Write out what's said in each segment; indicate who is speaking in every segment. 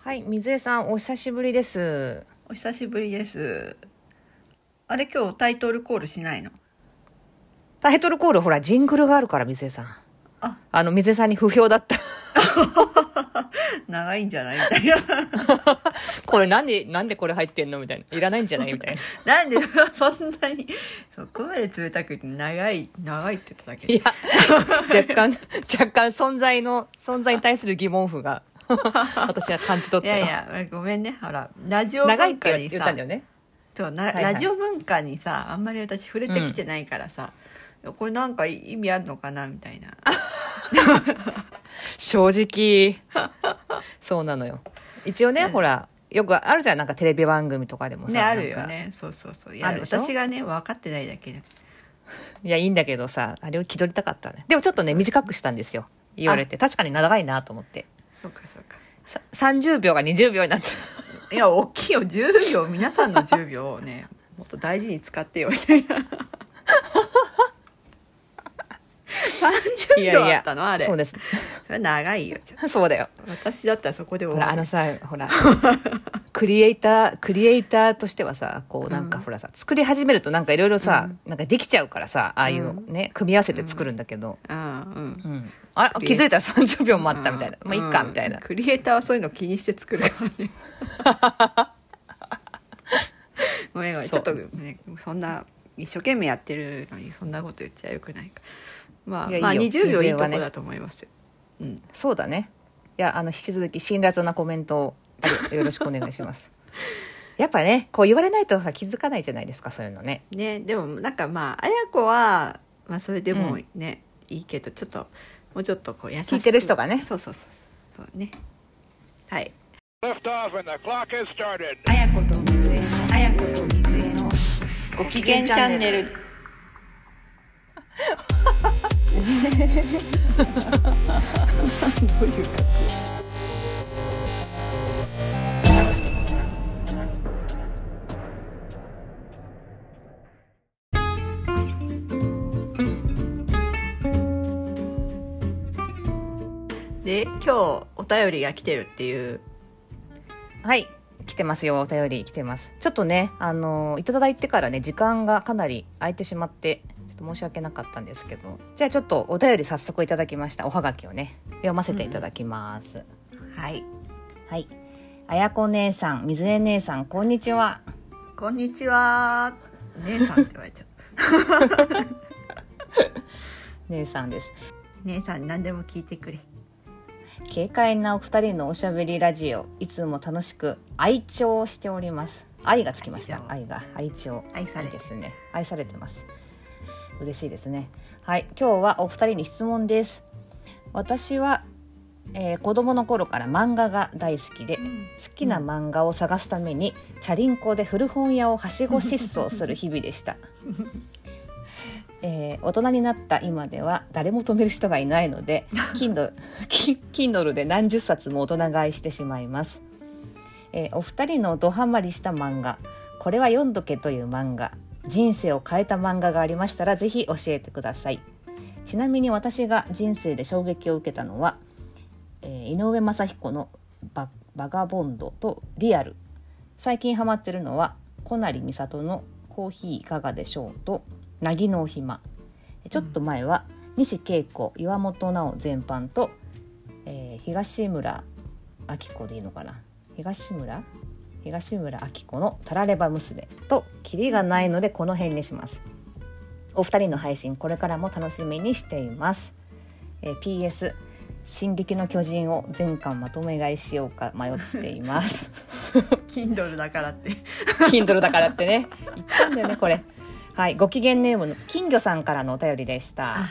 Speaker 1: はい、水江さん、お久しぶりです。
Speaker 2: お久しぶりです。あれ今日タイトルコールしないの
Speaker 1: タイトルコール、ほら、ジングルがあるから、水江さん。
Speaker 2: あ
Speaker 1: あの、水江さんに不評だった。
Speaker 2: 長いんじゃないみたいな。
Speaker 1: これ、なんで、なんでこれ入ってんのみたいな。いらないんじゃないみたい な。
Speaker 2: なんでそんなに、そこまで冷たく言って長い、長いって言っただけ
Speaker 1: いや、若干、若干、存在の、存在に対する疑問符が、 私は感じ取っ
Speaker 2: い
Speaker 1: たよ。
Speaker 2: やいや、ごめんね。ほら、ラジオ
Speaker 1: 長いっ
Speaker 2: 文化
Speaker 1: て
Speaker 2: に
Speaker 1: 言った
Speaker 2: さ
Speaker 1: んだ、よね。
Speaker 2: そうな
Speaker 1: はいはい
Speaker 2: ラジオ文化にさ、あんまり私触れてきてないからさ、これなんか意味あるのかなみたいな。
Speaker 1: 正 直そうなのよ一応ね、ほらよくあるじゃんなんかテレビ番組とかでもさ
Speaker 2: ね、あるよ
Speaker 1: なんか
Speaker 2: ね。そうそうそう。い
Speaker 1: あ
Speaker 2: や、
Speaker 1: るでしょ
Speaker 2: 私がね、分かってないだけで。
Speaker 1: いやいいんだけどさあれを気取りたかったねでもちょっとね短くしたんですよ言われて確かに長いなと思って
Speaker 2: そうかそうか。
Speaker 1: さ30秒が20秒になった
Speaker 2: いや、大きいよ。10秒、皆さんの10秒をね、もっと大事に使ってよ、みたいな。
Speaker 1: い
Speaker 2: 30
Speaker 1: やい
Speaker 2: 秒あ
Speaker 1: や
Speaker 2: ったのあれ。
Speaker 1: そう
Speaker 2: そ
Speaker 1: です
Speaker 2: れ長いよ。ちょっ
Speaker 1: そうだよ
Speaker 2: と私だったらそこで
Speaker 1: ほ
Speaker 2: 終
Speaker 1: らあ
Speaker 2: わ
Speaker 1: の
Speaker 2: る。
Speaker 1: さほ らクリエイタークリエイターとしてはさこうなんかほらさ、作り始めるとなんかいろいろさ、なんかできちゃうからさああいうね、組み合わせて作るんだけど、
Speaker 2: うんうん。
Speaker 1: うん、あ
Speaker 2: ク
Speaker 1: れ
Speaker 2: リエ
Speaker 1: 気
Speaker 2: イ
Speaker 1: づいたら30秒もあったみたいな、まあいっか
Speaker 2: うん
Speaker 1: みたいな、
Speaker 2: クリエイターはそういうの気にして作るからね。ごめんごめん。ち
Speaker 1: そ
Speaker 2: ょ
Speaker 1: う
Speaker 2: っとね、そんな、一生懸命やってるのにそんなこと言っちゃよくないから。まあ、
Speaker 1: いや
Speaker 2: まあ
Speaker 1: いいよ
Speaker 2: 20秒いい
Speaker 1: 全然
Speaker 2: と
Speaker 1: は
Speaker 2: こ
Speaker 1: ね
Speaker 2: だと思いますよ。うん。
Speaker 1: そうだねいやあの引き続き辛辣なコメントをよろしくお願いします やっぱねこう言われないとさ気づかないじゃないですかそういうのね
Speaker 2: ねでもなんかまあ綾子は、まあ、それでも
Speaker 1: うん
Speaker 2: ね、いいけどちょっともうちょっとこう優しく
Speaker 1: 聞いてる人がね
Speaker 2: そうそうそうそうねはい
Speaker 3: Lift off and the clock has started.
Speaker 4: あやこと水江のあやこと水江の
Speaker 2: ご機嫌チャンネルで今日お便りが来てるっていう
Speaker 1: はい来てますよお便り来てますちょっとねあのいただいてからね時間がかなり空いてしまってちょっと申し訳なかったんですけどじゃあちょっとお便り早速いただきましたおはがきをね読ませていただきます、
Speaker 2: はい
Speaker 1: はいあやこ姉さん水江姉さんこんにちは
Speaker 2: こんにちは。姉さんって言われちゃう。
Speaker 1: 姉さんです
Speaker 2: 姉さん何でも聞いてくれ。
Speaker 1: 軽快なお二人のおしゃべりラジオいつも楽しく愛聴しております愛がつきました愛
Speaker 2: 愛
Speaker 1: が愛聴
Speaker 2: 愛さ
Speaker 1: い
Speaker 2: れ
Speaker 1: い
Speaker 2: て
Speaker 1: で
Speaker 2: る
Speaker 1: すね愛されてます嬉しいですねはい今日はお二人に質問です私は、えー子供の頃から漫画が大好きで、好きな漫画を探すために、チャリンコで古本屋をはしご疾走する日々でした、えー大人になった今では誰も止める人がいないので Kindle, Kindle で何十冊も大人買いしてしまいます、えーお二人のドハマりした漫画「これは読んどけ」という漫画人生を変えた漫画がありましたらぜひ教えてくださいちなみに私が人生で衝撃を受けたのは、えー井上雅彦のバ「バガボンド」と「リアル」最近ハマってるのは小成美里の「コーヒーいかがでしょう」と「なぎのおひま」ちょっと前は西恵子岩本直全般と、えー東村明子でいいのかな東村東村明子の「たられば娘」と「キリがないのでこの辺にします」お二人の配信これからも楽しみにしています、えー PS「進撃の巨人」を全巻まとめ買いしようか迷っています
Speaker 2: Kindle だからって。
Speaker 1: Kindle だからってね言ったんだよねこれはいご機嫌ネームの金魚さんからのお便りでした
Speaker 2: あ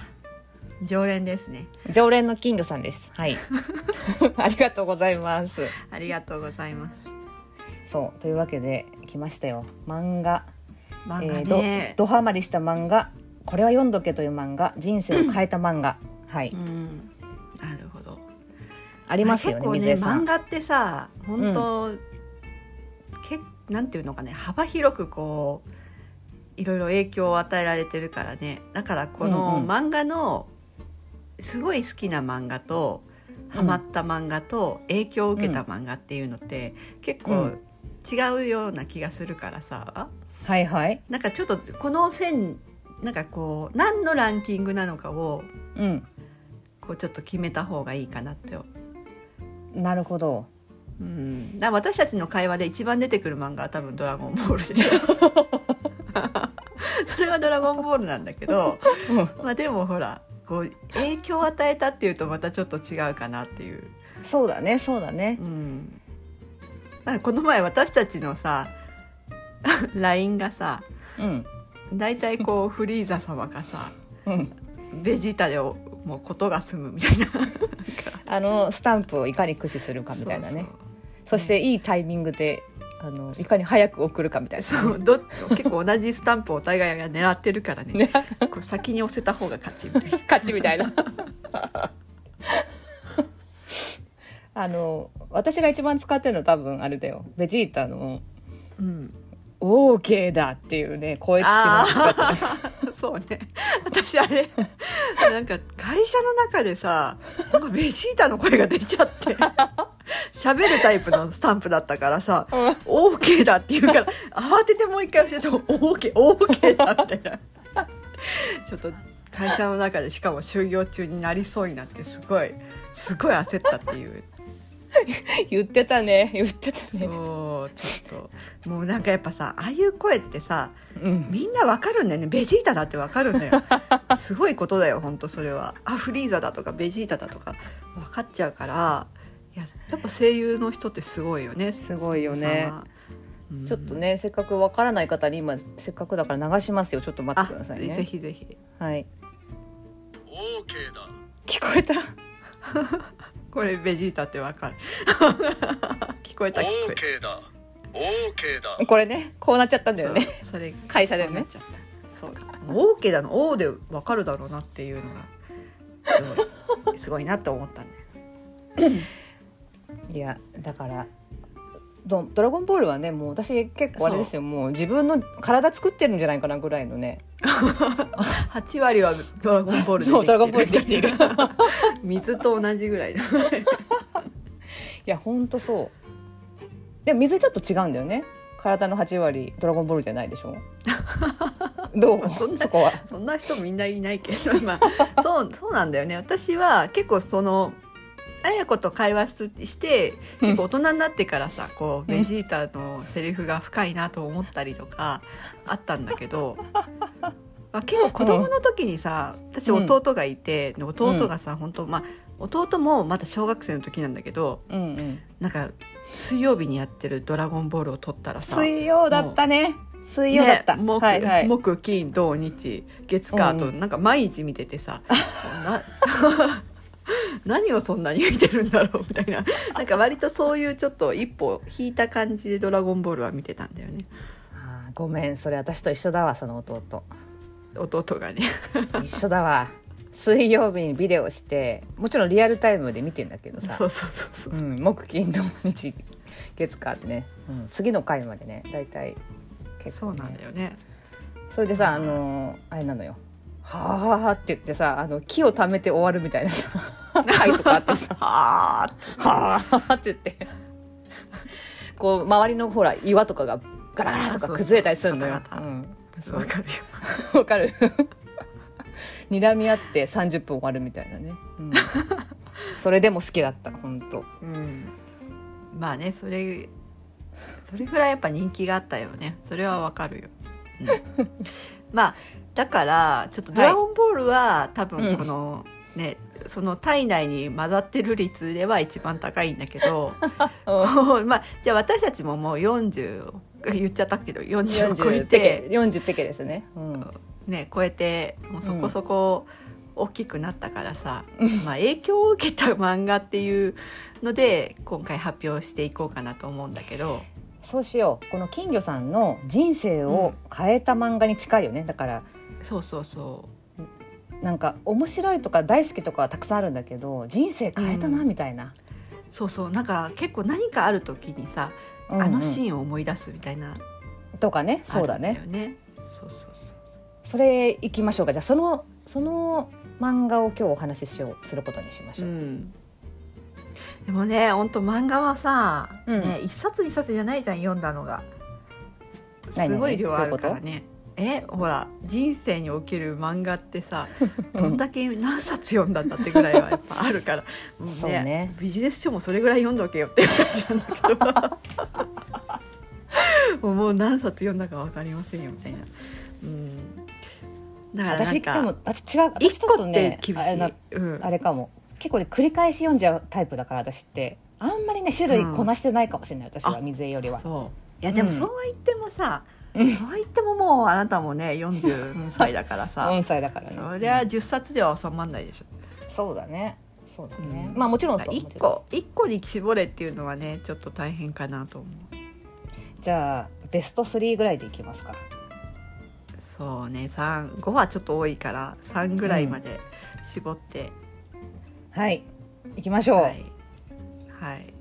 Speaker 2: 常連ですね。
Speaker 1: 常連の金魚さんですはい ありがとうございます
Speaker 2: ありがとうございます。
Speaker 1: そうというわけで来ましたよ漫画
Speaker 2: 漫
Speaker 1: え
Speaker 2: 画
Speaker 1: ーど
Speaker 2: ね。
Speaker 1: ドハマりした漫画「これは読んどけ」という漫画人生を変えた漫画はい、
Speaker 2: うん。なるほど。
Speaker 1: ありますよね
Speaker 2: 結構
Speaker 1: 水
Speaker 2: ね
Speaker 1: 江さ
Speaker 2: 漫
Speaker 1: ん
Speaker 2: 画ってさ本当、けなんていうのかね幅広くこういろいろ影響を与えられてるからねだからこ
Speaker 1: う
Speaker 2: の
Speaker 1: んうん
Speaker 2: 漫画のすごい好きな漫画とハマった漫画と影響を受けた漫画っていうのって結構違うような気がするからさ
Speaker 1: はいはい
Speaker 2: なんかちょっとこの線なんかこう何のランキングなのかを
Speaker 1: うん
Speaker 2: こうちょっと決めた方がいいかなって
Speaker 1: なるほど
Speaker 2: うん、だから私たちの会話で一番出てくる漫画は多分「ドラゴンボール」でしょ。それは「ドラゴンボール」なんだけど、
Speaker 1: う
Speaker 2: まあ、でもほらこう影響を与えたっていうとまたちょっと違うかなっていう。
Speaker 1: そうだねそうだね
Speaker 2: うん、まあこの前私たちのさ LINE がさ
Speaker 1: うん
Speaker 2: 大体こうフリーザ様かさ
Speaker 1: うん
Speaker 2: ベジータでおもうことが済むみたいな
Speaker 1: あのスタンプをいかに駆使するかみたいなねそしていいタイミングであのいかに早く送るかみたいな
Speaker 2: そうそうそうど 結構同じスタンプをお互いが狙ってるからね
Speaker 1: ね
Speaker 2: こう先に押せた方が勝ちみたいな。
Speaker 1: 勝ちみたいな あの私が一番使ってるの多分あれだよベジータの
Speaker 2: うん、
Speaker 1: 「オーケーだ」っていうね声つき
Speaker 2: あ
Speaker 1: の
Speaker 2: あそうね私あれなんか会社の中でさなんかベジータの声が出ちゃって喋るタイプのスタンプだったからさ
Speaker 1: うん
Speaker 2: 「OK だ」って言うから慌ててもう一回教えても「OK」「OK だ」みたいなちょっと会社の中でしかも就業中になりそうになってすごいすごい焦ったっていう
Speaker 1: 言ってたね言ってたね
Speaker 2: そうちょっともうなんかやっぱさああいう声ってさ
Speaker 1: うん
Speaker 2: みんなわかるんだよねベジータだってわかるん だよすごいことだよ本当それはあフリーザだとかベジータだとか分かっちゃうからいややっぱ声優の人ってすごいよねす
Speaker 1: すごいよねちょっとねせっかくわからない方に今せっかくだから流しますよちょっと待っ
Speaker 2: あ
Speaker 1: てください
Speaker 2: ぜ
Speaker 1: ね
Speaker 2: ひぜひ
Speaker 1: はい
Speaker 5: オーケーだ
Speaker 1: 聞こえた
Speaker 2: これベジータってわかる聞こえた聞
Speaker 5: オ
Speaker 2: こ
Speaker 5: ーケーだオーケーだ
Speaker 1: これねこうなっちゃったん
Speaker 2: え
Speaker 1: だ
Speaker 2: た
Speaker 1: よね
Speaker 2: そうそれ
Speaker 1: 会社だよね
Speaker 2: そうなっちゃったそうオーケーだの「オー」でわかるだろうなっていうのがす ごいすごいなと思ったね
Speaker 1: いやだからド「ドラゴンボール」はねもう私結構あれですよもう自分の体作ってるんじゃないかなぐらいのね
Speaker 2: 8割はドラゴンボールで
Speaker 1: そうドラゴンボールでできている
Speaker 2: 水と同じぐらいだ
Speaker 1: いやほんとそうでも水ちょっと違うんだよね体の8割ドラゴンボールじゃないで しょどうそ
Speaker 2: そんな
Speaker 1: こは
Speaker 2: そんな人みんないないけど、まあ、そう、そうなんだよね。私は結構その、綾子と会話しして、結構大人になってからさ、こう、
Speaker 1: うん
Speaker 2: ベジータのセリフが深いなと思ったりとか、あったんだけど、まあ、結構子供の時にさ、私
Speaker 1: うん
Speaker 2: 弟がいて、で弟がさ、本当まあ、弟もまだ小学生の時なんだけど、
Speaker 1: うんうん
Speaker 2: なんか、水曜日にやってるドラゴンボールを撮ったらさ、
Speaker 1: 水曜だったね水曜だった、
Speaker 2: ね、木、
Speaker 1: はいはい
Speaker 2: 木金土日月火と、
Speaker 1: うんうん
Speaker 2: なんか毎日見てて さな 何をそんなに見てるんだろうみたいななんか割とそういうちょっと一歩引いた感じで「ドラゴンボール」は見てたんだよね
Speaker 1: あーごめんそれ私と一緒だわその弟
Speaker 2: 弟がね
Speaker 1: 一緒だわ水曜日にビデオしてもちろんリアルタイムで見てんだけど
Speaker 2: そ
Speaker 1: さ、、
Speaker 2: うそうそうそううん
Speaker 1: 木金土日月火ってね、うん、次の回までね大体結
Speaker 2: そ
Speaker 1: 構、
Speaker 2: う
Speaker 1: ね、
Speaker 2: なんだよね
Speaker 1: それでさあのーあれなのよ「はあはあ」って言ってさあの木を貯めて終わるみたいな さ回とか あってさ
Speaker 2: はあ
Speaker 1: 「はあ」って言ってこう周りのほら岩とかがガラガラとか崩れたりするのよ
Speaker 2: あそうそうガタガ。タ
Speaker 1: うん
Speaker 2: わかるよ
Speaker 1: わかる 睨み合って30分終わるみたいなね、うん、それでも好きだった本 当
Speaker 2: うんまあねそれそれぐらいやっぱ人気があったよねそれはわかるよ、うんまあだからちょっと「ドラゴンボールは」多
Speaker 1: う
Speaker 2: 分
Speaker 1: ん
Speaker 2: この、ねその体内に混ざってる率では一番高いんだけ どこうまあじゃあ私たちももう40を言っちゃったけど40を超え
Speaker 1: 40ペケ
Speaker 2: て、
Speaker 1: 40ペケですね、うん、
Speaker 2: ね、超えてもうそこそこ大きくなったからさ、まあ、影響を受けた漫画っていうので今回発表していこうかなと思うんだけど。
Speaker 1: そうしようこの金魚さんの人生を変えた漫画に近いよねだから
Speaker 2: そうそうそう
Speaker 1: なんか面白いとか大好きとかはたくさんあるんだけど人生変えたな
Speaker 2: うん
Speaker 1: みたいな、
Speaker 2: そうそうなんか結構何かある時にさ、
Speaker 1: うんうん
Speaker 2: あのシーンを思い出すみたいな
Speaker 1: とかねそうだ
Speaker 2: あ
Speaker 1: ね
Speaker 2: るんだよねそうそうそう
Speaker 1: それ行きましょうかじゃあそのその漫画を今日お話ししようすることにしまし
Speaker 2: そう、
Speaker 1: ょう、
Speaker 2: ん、でもね本当漫画はさ、
Speaker 1: うん
Speaker 2: ね、一冊一冊じゃないじゃん読んだのが
Speaker 1: 何
Speaker 2: すごい量あるから
Speaker 1: ど
Speaker 2: ねえほら人生における漫画っ てさどんだけ何冊読んだんだってぐらいはやっぱあるから、もう
Speaker 1: そうね
Speaker 2: ビジネス書もそれぐらい読んどけよって感じなんだけどもうもう何冊読んだか分かりませんよみたいな。うんだからなん
Speaker 1: 私で
Speaker 2: か
Speaker 1: も私違う私
Speaker 2: 一
Speaker 1: ちょっ
Speaker 2: 個
Speaker 1: と
Speaker 2: って
Speaker 1: ね
Speaker 2: 厳しい、
Speaker 1: あれな
Speaker 2: うん
Speaker 1: あれかも結構ね繰り返し読んじゃうタイプだから私ってあんまりね種類こなしてないかもしれない、私は
Speaker 2: あ
Speaker 1: 水江よりは
Speaker 2: そういやでも
Speaker 1: うん
Speaker 2: そうは言ってもさ、
Speaker 1: うん
Speaker 2: そうは言ってももうあなたもね40歳だからさ
Speaker 1: 4歳だからね
Speaker 2: そりゃ10冊では収まんないでしょ
Speaker 1: そうだねそうだね、
Speaker 2: うん
Speaker 1: まあもちろんそうも
Speaker 2: 1
Speaker 1: ちろんそ
Speaker 2: 個一個に絞れっていうのはねちょっと大変かなと思う
Speaker 1: うじゃあベスト3ぐらいでいきますか
Speaker 2: そうね35はちょっと多いから3ぐらいまで絞って、
Speaker 1: はい行きましょう、
Speaker 2: はい、はい、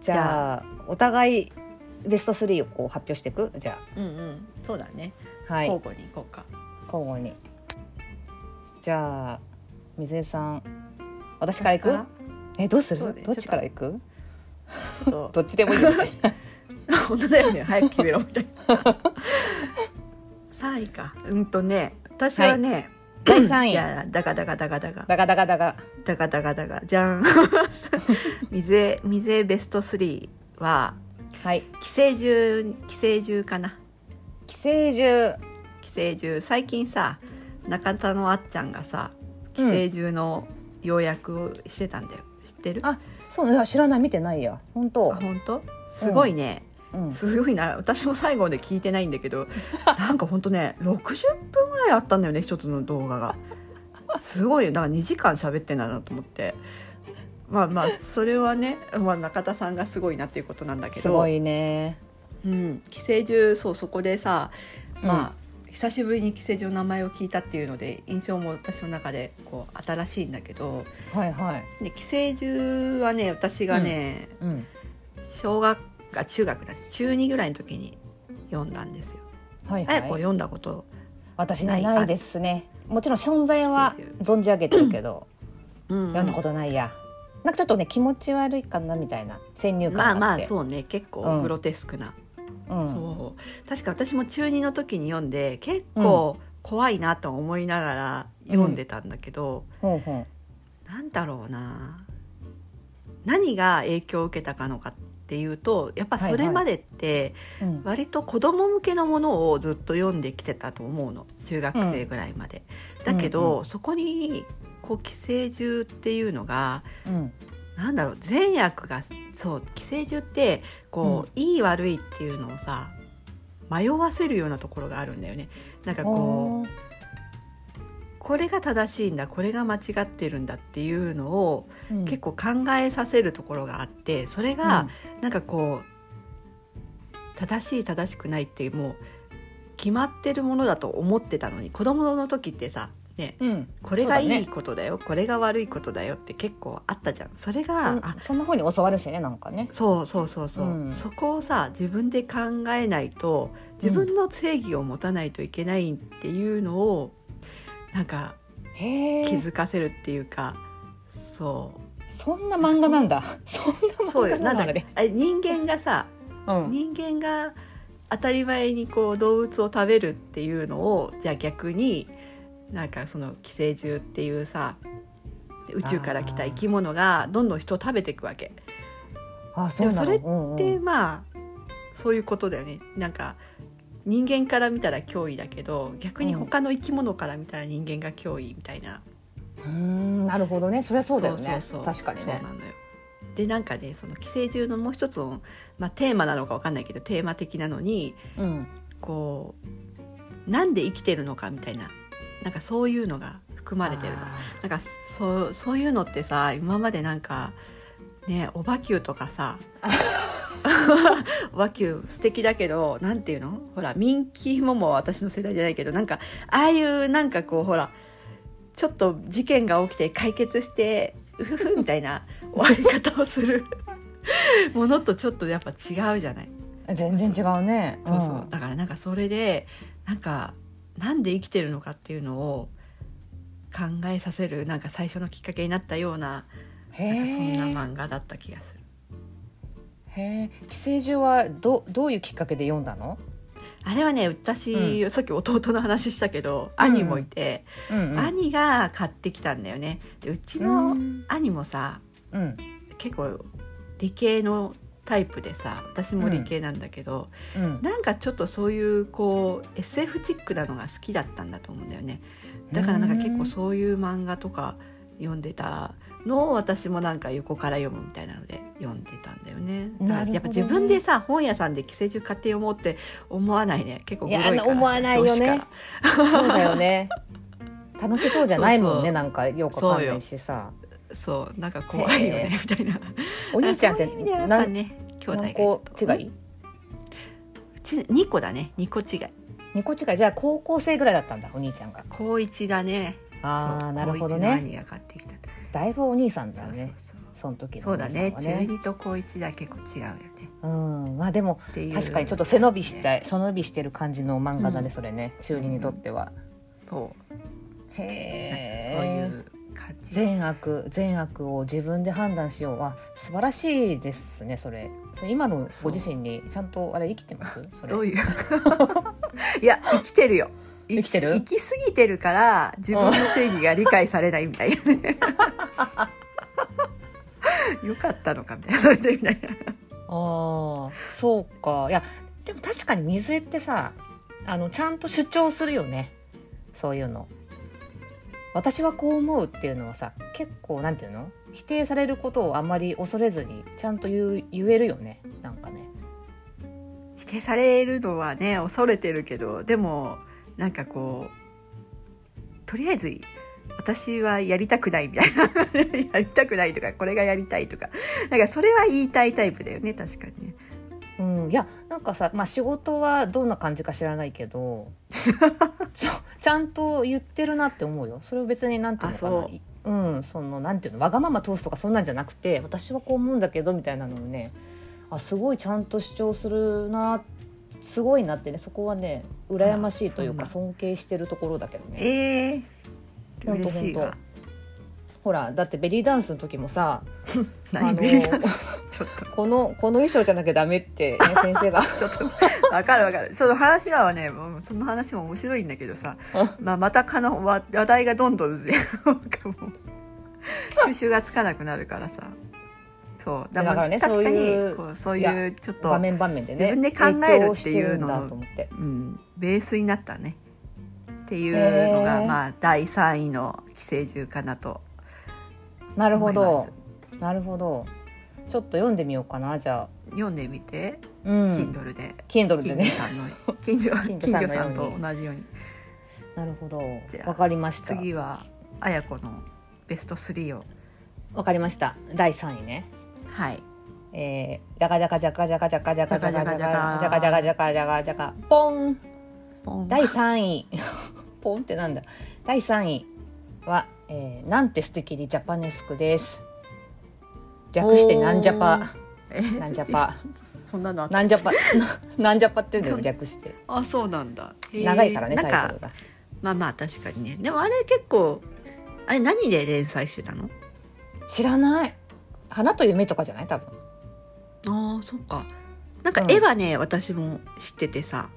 Speaker 1: じゃあお互いベスト3をこう発表していくじゃ
Speaker 2: うんうんそうだね、
Speaker 1: あはい
Speaker 2: 交
Speaker 1: 交
Speaker 2: 互にいこうか
Speaker 1: 互にじゃあ水江さん私からいく
Speaker 2: 私か
Speaker 1: えどうす
Speaker 2: そう
Speaker 1: る
Speaker 2: ね
Speaker 1: どっちからいく
Speaker 2: らちょっと
Speaker 1: どっちでもいいよね
Speaker 2: 本当だよね早く決めろみたいな 3位かうんとね私はね、
Speaker 1: 第3
Speaker 2: い
Speaker 1: 位
Speaker 2: やだがだがだがだが
Speaker 1: だがだがだが
Speaker 2: だがだがだがじゃん 水江水江ベスト3は
Speaker 1: はい
Speaker 2: 寄生獣寄生獣かな
Speaker 1: 寄生獣
Speaker 2: 寄生獣最近さ中田のあっちゃんがさ寄生獣の要約をしてたんだよ、知ってる
Speaker 1: あそういや知らない見てないや本当
Speaker 2: あ本当すごいね、
Speaker 1: うん
Speaker 2: すごいな私も最後まで聞いてないんだけどなんかほんとね60分ぐらいあったんだよね一つの動画がすごいよなんか2時間喋ってんだなと思ってまあまあそれはね、まあ、中田さんがすごいなっていうことなんだけど
Speaker 1: すごいね
Speaker 2: うん、寄生獣そうそこでさ
Speaker 1: うん
Speaker 2: まあ、久しぶりに寄生獣の名前を聞いたっていうので印象も私の中でこう新しいんだけど
Speaker 1: はいはい
Speaker 2: で寄生獣はね私がね、
Speaker 1: うん
Speaker 2: 小学あ中学だね中2ぐらいの時に読んだんですよ。
Speaker 1: はい
Speaker 2: あやこ
Speaker 1: はい
Speaker 2: 読んだこと
Speaker 1: 私
Speaker 2: な
Speaker 1: ね
Speaker 2: い
Speaker 1: ないですねもちろん存在は存じ上げてるけど
Speaker 2: 読
Speaker 1: 読んだことないやなんかちょっとね気持ち悪いかなみたいな先入
Speaker 2: まあ
Speaker 1: 観が
Speaker 2: ま
Speaker 1: あっ
Speaker 2: あ
Speaker 1: て
Speaker 2: そうね結構
Speaker 1: うん
Speaker 2: グロテスクな、
Speaker 1: うん
Speaker 2: そう確か私も中2の時に読んで結構怖いなと思いながら読んでたんだけど、
Speaker 1: ほうほ
Speaker 2: なんだろうな何が影響を受けたかのかっていうとやっぱそれまでって
Speaker 1: ううん
Speaker 2: 割と子供向けのものをずっと読んできてたと思うの中学生ぐらいまで。だけ
Speaker 1: う
Speaker 2: ど、
Speaker 1: んう
Speaker 2: そこにこう寄生獣っていうのが
Speaker 1: うん
Speaker 2: なんだろう善悪がそう寄生獣ってこう、いい悪いっていうのをさ迷わせるようなところがあるんだよね。なんかこ
Speaker 1: おー
Speaker 2: うこれが正しいんだこれが間違ってるんだっていうのを
Speaker 1: うん
Speaker 2: 結構考えさせるところがあってそれがなんかこう正しい正しくないってもう決まってるものだと思ってたのに子供の時ってさ、ね、
Speaker 1: うんうん
Speaker 2: これが
Speaker 1: そうだ
Speaker 2: いい
Speaker 1: ね
Speaker 2: ことだよこれが悪いことだよって結構あったじゃん。それがあ
Speaker 1: そんそんな風に教わるしねなんかね
Speaker 2: そうそうそうそう、
Speaker 1: うん
Speaker 2: そこをさ自分で考えないと自分の正義を持たないといけないっていうのをなんか
Speaker 1: へ
Speaker 2: 気
Speaker 1: え
Speaker 2: づかせるっていうか、そう
Speaker 1: そんな漫画なんだそんな
Speaker 2: そうよ
Speaker 1: 漫画な
Speaker 2: なん
Speaker 1: のあ
Speaker 2: だっ
Speaker 1: れ
Speaker 2: けあれ人間がさ
Speaker 1: うん
Speaker 2: 人間が当たり前にこう動物を食べるっていうのをじゃあ逆になんかその寄生獣っていうさ宇宙から来た生き物がどんどん人を食べていくわけ。
Speaker 1: あそうなの
Speaker 2: でもそれっ
Speaker 1: うんうん
Speaker 2: でまあそういうことだよね。なんか人間から見たら脅威だけど逆に他の生き物から見たら人間が脅威みたいな。
Speaker 1: うーんなるほどねそりゃそうだよね
Speaker 2: そうそうそう
Speaker 1: 確かにね
Speaker 2: そうなのよでなんかねその寄生獣のもう一つの、まあ、テーマなのかわかんないけどテーマ的なのに
Speaker 1: うん
Speaker 2: こうなんで生きてるのかみたいななんかそういうのが含まれてるの
Speaker 1: あ
Speaker 2: なんかそうそういうのってさ今までなんかねオバキューとかさオバキュー素敵だけどなんていうのほらミンキーモモは私の世代じゃないけどなんかああいうなんかこうほらちょっと事件が起きて解決してうふふみたいな終わり方をするものとちょっとやっぱ違うじゃない。
Speaker 1: ー全然違うね
Speaker 2: そうそう、
Speaker 1: ん
Speaker 2: だからなんかそれでなんかなんで生きてるのかっていうのを考えさせるなんか最初のきっかけになったようななんか
Speaker 1: へ
Speaker 2: そんな
Speaker 1: え
Speaker 2: 漫画だった気がする
Speaker 1: へえ寄生獣はどどういうきっかけで読んだの、
Speaker 2: あれはね私、さっき弟の話したけど
Speaker 1: うん
Speaker 2: 兄もいて、
Speaker 1: うんうん、
Speaker 2: 兄が買ってきたんだよねでうち
Speaker 1: う
Speaker 2: の
Speaker 1: ん
Speaker 2: 兄もさ
Speaker 1: うん
Speaker 2: 結構理系のタイプでさ私も理系なんだけど、
Speaker 1: うん、
Speaker 2: なんかちょっとそういうこう SF チックなのが好きだったんだと思うんだよねだからなんか結構そういう漫画とか読んでたのを私もなんか横から読むみたいなので読んでたんだよね
Speaker 1: なる
Speaker 2: だか
Speaker 1: ほど
Speaker 2: ら
Speaker 1: ね
Speaker 2: やっぱ自分でさ本屋さんで寄生獣買って読もうって思わないね結構
Speaker 1: い
Speaker 2: グロい
Speaker 1: や
Speaker 2: からさ
Speaker 1: あの思わないよね
Speaker 2: 表紙から
Speaker 1: そうだよね楽しそうじゃないもんね
Speaker 2: そうそう
Speaker 1: なんかよくわかんないしさ
Speaker 2: そうなんか怖いよ
Speaker 1: へ
Speaker 2: ねみたいな
Speaker 1: お兄ちゃんって
Speaker 2: そういう意味ではやっぱ
Speaker 1: 何
Speaker 2: ね兄弟が
Speaker 1: 何
Speaker 2: いる
Speaker 1: 個違
Speaker 2: と
Speaker 1: い
Speaker 2: ち二個だね二個違い
Speaker 1: 二個違いじゃあ高校生ぐらいだったんだお兄ちゃんが
Speaker 2: 高一だね
Speaker 1: あ
Speaker 2: そ
Speaker 1: あ
Speaker 2: う
Speaker 1: なるほど
Speaker 2: 高一の
Speaker 1: ね
Speaker 2: 兄が買ってきた
Speaker 1: だいぶお兄さんだ
Speaker 2: そ
Speaker 1: よ
Speaker 2: うそう
Speaker 1: ね
Speaker 2: そう
Speaker 1: その時の
Speaker 2: そ
Speaker 1: お
Speaker 2: う
Speaker 1: 兄
Speaker 2: だ
Speaker 1: さんはね
Speaker 2: ね中二と高一では結構違うよね
Speaker 1: うんまあでも
Speaker 2: っていう
Speaker 1: 確かにちょっと背伸びし
Speaker 2: ね
Speaker 1: たい背伸びしてる感じの漫画だね、
Speaker 2: うん
Speaker 1: それね中二にとっては、
Speaker 2: そうなん
Speaker 1: へ
Speaker 2: か
Speaker 1: え
Speaker 2: そういう感じ
Speaker 1: 善悪善悪を自分で判断しようは素晴らしいですねそれそれ今のご自身にちゃんとあれ生きてますそれ
Speaker 2: どういう いや生きてるよ
Speaker 1: 生きてる
Speaker 2: 生きすぎてるから自分の正義が理解されないみたいな ねよかったのかみたいなそれでみたいな
Speaker 1: ああそうかいやでも確かに水絵ってさあのちゃんと主張するよねそういうの。私はこう思うっていうのはさ結構なんていうの否定されることをあんまり恐れずにちゃんと言う言えるよねなんかね。
Speaker 2: 否定されるのはね恐れてるけどでもなんかこうとりあえず私はやりたくないみたいな やりたくないとかこれがやりたいとかなんかそれは言いたいタイプだよね確かにね。
Speaker 1: うん、いやなんかさ、まあ、仕事はどんな感じか知らないけ どちょちゃんと言ってるなって思うよそれを別になんていうのかな
Speaker 2: あそう
Speaker 1: いうん、そのなんていうのわがまま通すとかそんなんじゃなくて私はこう思うんだけどみたいなのをねあすごいちゃんと主張するなすごいなってねそこはね羨ましいというか
Speaker 2: あそ
Speaker 1: 尊敬してるところだけどね。
Speaker 2: ええ
Speaker 1: ほんと
Speaker 2: 嬉しい
Speaker 1: ほん
Speaker 2: わ
Speaker 1: と。ほらだってベリーダンスの時もさ
Speaker 2: 何
Speaker 1: あのー
Speaker 2: ベリーダンスちょっと
Speaker 1: このこの衣装じゃなきゃダメって、ね、先生が
Speaker 2: ちょっとわかるわかるその話はねもうその話も面白いんだけどさ
Speaker 1: あ、
Speaker 2: まあ、またかの話話題がどんどんなんかもう収集がつかなくなるからさそうだ
Speaker 1: だからね
Speaker 2: 確かに
Speaker 1: そういう
Speaker 2: こうそう
Speaker 1: い
Speaker 2: いうちょっと
Speaker 1: 場面場面でね
Speaker 2: 自分で考える
Speaker 1: 影
Speaker 2: って
Speaker 1: 響して
Speaker 2: いう
Speaker 1: るん
Speaker 2: のの
Speaker 1: だと思って。
Speaker 2: うん、ベースになったねっていうのが、
Speaker 1: へー
Speaker 2: まあ第3位の寄生獣かなと
Speaker 1: なる
Speaker 2: 思
Speaker 1: ほ
Speaker 2: いま
Speaker 1: ど
Speaker 2: す。
Speaker 1: なるほど。ちょっと読んでみようかなじゃ
Speaker 2: 読んでみて、
Speaker 1: あ。うん。
Speaker 2: Kindle で
Speaker 1: Kindle で
Speaker 2: 金魚
Speaker 1: ね。
Speaker 2: さ んの金魚
Speaker 1: 金
Speaker 2: 金
Speaker 1: 魚
Speaker 2: 魚
Speaker 1: さ
Speaker 2: さ
Speaker 1: ん
Speaker 2: ん
Speaker 1: のよう
Speaker 2: と
Speaker 1: に
Speaker 2: 同じように
Speaker 1: なるほど
Speaker 2: じゃ。あ
Speaker 1: わかりました。
Speaker 2: 次はあや子のベスト3を
Speaker 1: わかりました。第三位ね。
Speaker 2: はい
Speaker 1: えー、じゃかじゃかじゃかじゃかじゃかじゃかじゃかじゃかじゃかじゃかじゃかじゃかじゃかポン
Speaker 2: ポン
Speaker 1: 第3位ポンってなんだ第3位は、えー、なんて素敵にジャパネスクです略してなんじゃぱ
Speaker 2: え
Speaker 1: なんじゃぱ
Speaker 2: そんなのあった
Speaker 1: なんじゃぱなんじゃぱっていうんだよ略して
Speaker 2: あそうなんだへー
Speaker 1: 長いからね
Speaker 2: な
Speaker 1: タ
Speaker 2: ん
Speaker 1: イト
Speaker 2: か
Speaker 1: ルが
Speaker 2: まあまあ確かにねでもあれ結構あれ何で連載してたの
Speaker 1: 知らない花と夢とかじゃない多分
Speaker 2: あーそっかなんか
Speaker 1: うん
Speaker 2: 絵はね、私も知っててさ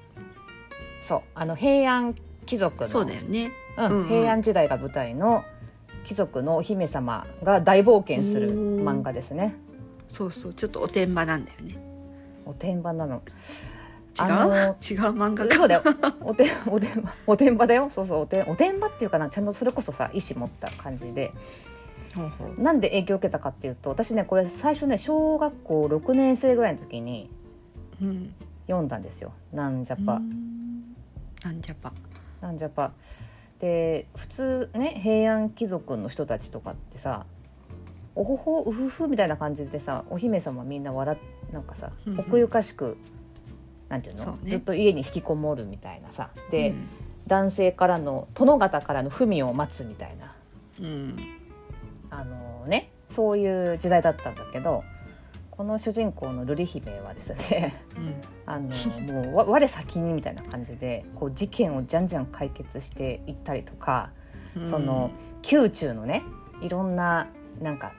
Speaker 1: そうあの平安貴族の
Speaker 2: そうだよね
Speaker 1: うん
Speaker 2: うんうん
Speaker 1: 平安時代が舞台の貴族のお姫様が大冒険する
Speaker 2: うん
Speaker 1: 漫画ですね。
Speaker 2: そうそうちょっとおてんばなんだよね
Speaker 1: おてんばなの。
Speaker 2: 違う、
Speaker 1: あのー
Speaker 2: 違う漫画
Speaker 1: 嘘だよ。 おてんおてんばおてんばだよ。そうそうおてんおてんばっていうかなちゃんとそれこそさ意思持った感じで。
Speaker 2: ほうほう
Speaker 1: なんで影響を受けたかっていうと私ねこれ最初ね小学校6年生ぐらいの時に
Speaker 2: うん
Speaker 1: 読んだんですよ。なんじゃぱ。
Speaker 2: うんなんじゃぱ
Speaker 1: なんじゃぱで普通ね平安貴族の人たちとかってさおほほうふふみたいな感じでさお姫様みんな笑っなんかさ
Speaker 2: うんうん
Speaker 1: 奥ゆかしくなんていうの
Speaker 2: そうね
Speaker 1: ずっと家に引きこもるみたいなさで、
Speaker 2: うん
Speaker 1: 男性からの殿方からの文を待つみたいな
Speaker 2: うん、
Speaker 1: あのねそういう時代だったんだけどこの主人公の瑠璃姫はですね
Speaker 2: うん
Speaker 1: あのもうわ我先にみたいな感じでこう事件をじゃんじゃん解決していったりとか、その宮中のねいろんななんか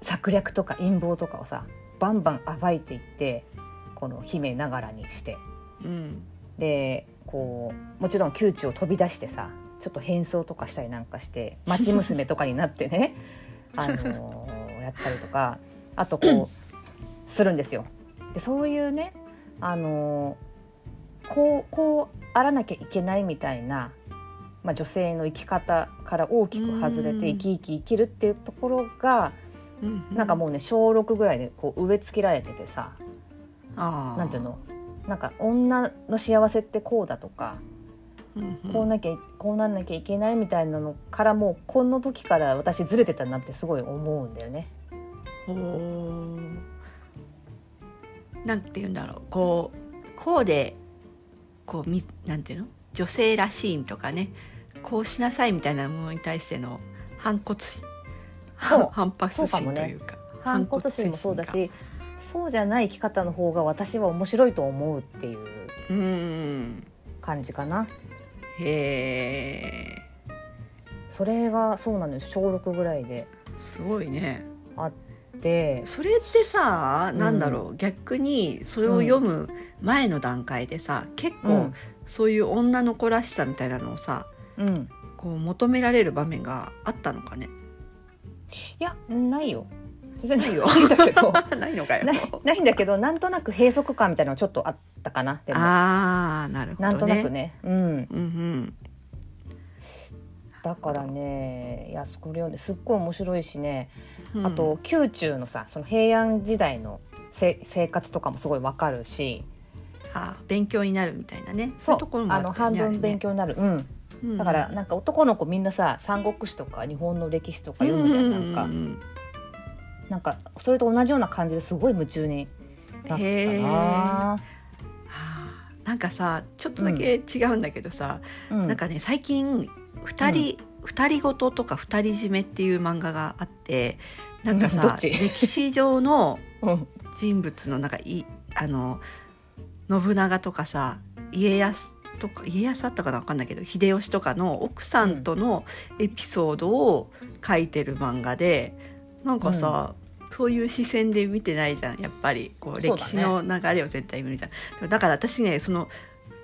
Speaker 1: 策略とか陰謀とかをさバンバン暴いていってこの姫ながらにして
Speaker 2: うん
Speaker 1: でこうもちろん窮地を飛び出してさちょっと変装とかしたりなんかして町娘とかになって ねあのーやったりとかあとこうするんですよ。でそういうねあのーこうこうあらなきゃいけないみたいな、まあ、女性の生き方から大きく外れ
Speaker 2: うん
Speaker 1: て生き生き生きるっていうところが
Speaker 2: うん
Speaker 1: なんかもうね小6ぐらいでこう植え付けられててさ
Speaker 2: あー
Speaker 1: なんていうのなんか女の幸せってこうだとか
Speaker 2: うんうん
Speaker 1: こうなきゃこうなんなきゃいけないみたいなのからもうこの時から私ずれてたなってすごい思うんだよね。
Speaker 2: おーなんて言うんだろうこうこうでこうみなんていうの女性らしいとかねこうしなさいみたいなものに対しての反骨心
Speaker 1: そう
Speaker 2: 反発
Speaker 1: そうかも
Speaker 2: 心
Speaker 1: ね
Speaker 2: というか
Speaker 1: 反骨心もそうだしそうじゃない生き方の方が私は面白いと思うっていう
Speaker 2: うーん
Speaker 1: 感じかな。
Speaker 2: へえ
Speaker 1: それがそうなのよ小6ぐらいです
Speaker 2: ごいね
Speaker 1: で
Speaker 2: それってさ、
Speaker 1: うん
Speaker 2: なんだろう逆にそれを読む前の段階でさ結構、
Speaker 1: うん
Speaker 2: そういう女の子らしさみたいなのをさ
Speaker 1: うん
Speaker 2: こう求められる場面があったのか ね。
Speaker 1: いやないよ全然ない よ
Speaker 2: よ
Speaker 1: ないんだけど
Speaker 2: ないのかよ
Speaker 1: な。いないんだけどなんとなく閉塞感みたいなのちょっとあったかなでも
Speaker 2: ああなるほどね。
Speaker 1: なんとなく。ねうん
Speaker 2: うんうん。
Speaker 1: だからねいやそれをねすっごい面白いしね
Speaker 2: うん
Speaker 1: あと宮中のさその平安時代のせ生活とかもすごいわかるし
Speaker 2: あー勉強になるみたいなね。
Speaker 1: そ
Speaker 2: そうういうところも
Speaker 1: あ
Speaker 2: っ
Speaker 1: の
Speaker 2: た
Speaker 1: 半
Speaker 2: よね
Speaker 1: 分勉。強になる、うん、
Speaker 2: あれね
Speaker 1: だからなんか男の子みんなさ「三国志」とか日本の歴史とか読むじゃん,、な
Speaker 2: うん
Speaker 1: か
Speaker 2: ん
Speaker 1: なんかそれと同じような感じですごい夢中になったな、
Speaker 2: あーなんかさちょっとだけ違うんだけどさ、
Speaker 1: うん、
Speaker 2: なんかね最近二人、二人ごととか二人締めっていう漫画があってなん か
Speaker 1: うんど
Speaker 2: さ
Speaker 1: っち
Speaker 2: 歴史上の
Speaker 1: うん
Speaker 2: 人物の中いあの信長とかさ家康とか家康だったかな分かんないけど秀吉とかの奥さんとのエピソードを書いてる漫画でなんかさ、そういう視線で見てないじゃんやっぱりこう
Speaker 1: そう
Speaker 2: 歴
Speaker 1: だね
Speaker 2: 史の流れを絶対見るじゃん。だ,、から私ねその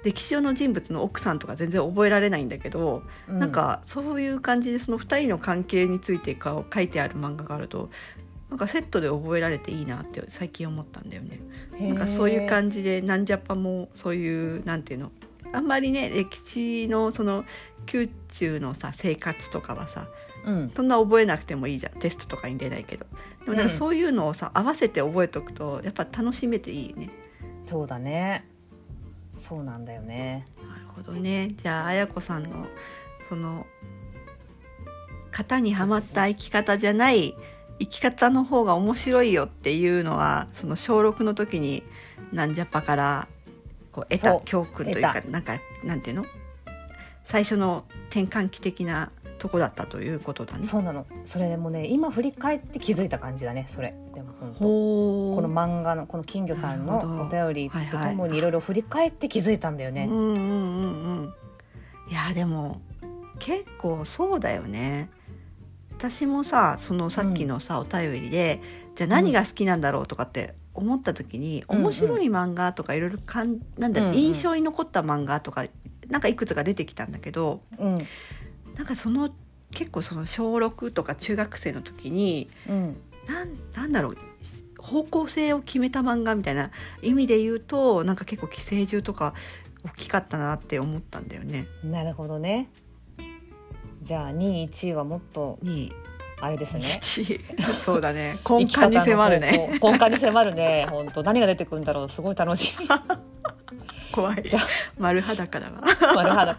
Speaker 2: 歴史上の人物の奥さんとか全然覚えられないんだけど、
Speaker 1: うん
Speaker 2: なんかそういう感じでその2人の関係についてか書いてある漫画があるとなんかセットで覚えられていいなって最近思ったんだよね。なんかそういう感じでなんじゃぱもそういうなんていうのあんまりね歴史のその宮中のさ生活とかはさ
Speaker 1: じ、うん、
Speaker 2: そんな覚えなくてもいいじゃんテストとかに出ないけどでもなんか
Speaker 1: うん
Speaker 2: そういうのをさ、合わせて覚えとくとやっぱ楽しめていいね。
Speaker 1: そうだねそうなんだよね
Speaker 2: なるほどね。じゃあ綾子さんのその型にはまった生き方じゃない生き方の方が面白いよっていうのはその小6の時になんじゃっぱからこう得
Speaker 1: そ
Speaker 2: た
Speaker 1: う
Speaker 2: 教訓というか
Speaker 1: 得
Speaker 2: なんかなんていうの最初の転換期的なとこだったということだね。
Speaker 1: そうなのそれでもね今振り返って気づいた感じだねそれでも本当
Speaker 2: ほ
Speaker 1: この漫画のこの金魚さん
Speaker 2: なる
Speaker 1: の
Speaker 2: ほ
Speaker 1: お
Speaker 2: ど
Speaker 1: 便りと
Speaker 2: は
Speaker 1: と
Speaker 2: い
Speaker 1: も
Speaker 2: は
Speaker 1: に
Speaker 2: い
Speaker 1: いろいろ振り返って気づいたんだよね。
Speaker 2: うんうんうんうん。いやでも結構そうだよね。私もさそのさっきのさ、お便りでじゃあ何が好きなんだろうとかって思った時に、
Speaker 1: うんうん
Speaker 2: 面白い漫画とかいろいろかんなんだろう、
Speaker 1: うんうん
Speaker 2: 印象に残った漫画とかなんかいくつか出てきたんだけど
Speaker 1: うん
Speaker 2: なんかその結構その小6とか中学生の時に
Speaker 1: うん
Speaker 2: なんなんだろう方向性を決めた漫画みたいな意味で言うとなんか結構寄生獣とか大きかったなって思ったんだよね。
Speaker 1: なるほどね。じゃあ2位1位はもっと
Speaker 2: に
Speaker 1: あれです ね。
Speaker 2: 一 そうだ ね根幹に迫るね
Speaker 1: 生き方の方向。根幹に迫るね。本当何が出てくるんだろう。すごい楽 しい。
Speaker 2: 怖い
Speaker 1: じゃあ
Speaker 2: 丸裸だわ
Speaker 1: 丸裸。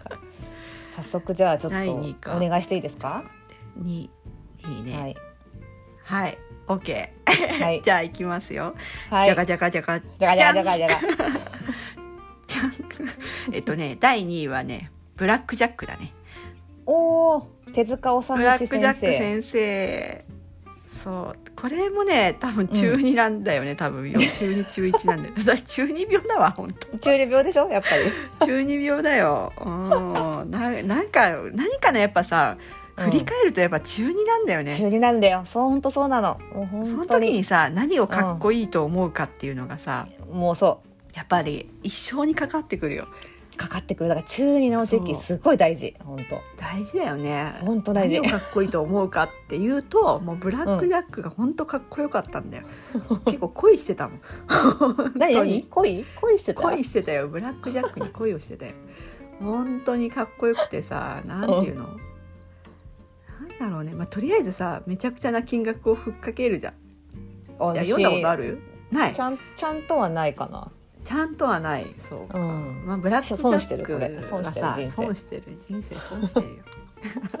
Speaker 1: 早速じゃあちょっ
Speaker 2: 第二位
Speaker 1: と
Speaker 2: か
Speaker 1: お願いしていいですか。
Speaker 2: にいい
Speaker 1: は
Speaker 2: ね
Speaker 1: い
Speaker 2: はい OK
Speaker 1: はい
Speaker 2: じゃあ行きますよ、
Speaker 1: はい。
Speaker 2: じゃがじゃがじゃがじ
Speaker 1: じゃがじゃがじゃがじゃが。
Speaker 2: ゃん えっとね第二位はねブラックジャックだね
Speaker 1: おお手塚治
Speaker 2: ブラッ
Speaker 1: 虫
Speaker 2: クジャ
Speaker 1: 先
Speaker 2: ック
Speaker 1: 生。
Speaker 2: 先生そうこれもね多分中二なんだよね、多分よ中二中一 なんだよ私中二病だわ本当
Speaker 1: 中二病でしょや っぱり。
Speaker 2: 中二病だよ。うん、ななんか何かのやっぱさ
Speaker 1: うん
Speaker 2: 振り返るとやっぱ中二なんだよね、
Speaker 1: 中二なんだよそう本当そうなのもう
Speaker 2: その
Speaker 1: 本当
Speaker 2: 時
Speaker 1: に
Speaker 2: にさ何をかっこいいと思うかっていうのがさ、
Speaker 1: もうそ
Speaker 2: やっぱり一生にかかってくるよ
Speaker 1: うかかってくるだから中二の時期
Speaker 2: そう
Speaker 1: すごい大事本当
Speaker 2: 大事だよね
Speaker 1: 本当大
Speaker 2: 何
Speaker 1: 事
Speaker 2: をかっこいいと思うかっていうともうブラック・ジャックが本当かっこよかったん だよ、結構恋してたもん
Speaker 1: 何
Speaker 2: 本当
Speaker 1: 何
Speaker 2: に
Speaker 1: 恋恋してた
Speaker 2: 恋してたよブラック・ジャックに恋をしてたよ本当にかっこよくてさなんていうの、なんだろうね、まあ、とりあえずさめちゃくちゃな金額をふっかけるじゃんいや
Speaker 1: 私
Speaker 2: 読んだことあるない
Speaker 1: ちゃんちゃんとはないかな
Speaker 2: ちゃんとはないそうか、
Speaker 1: うん
Speaker 2: まあ、ブラックジャ
Speaker 1: 損して
Speaker 2: ッ
Speaker 1: るこれ
Speaker 2: クがさ
Speaker 1: 損してる人生
Speaker 2: 損してる人生損してるよ ブ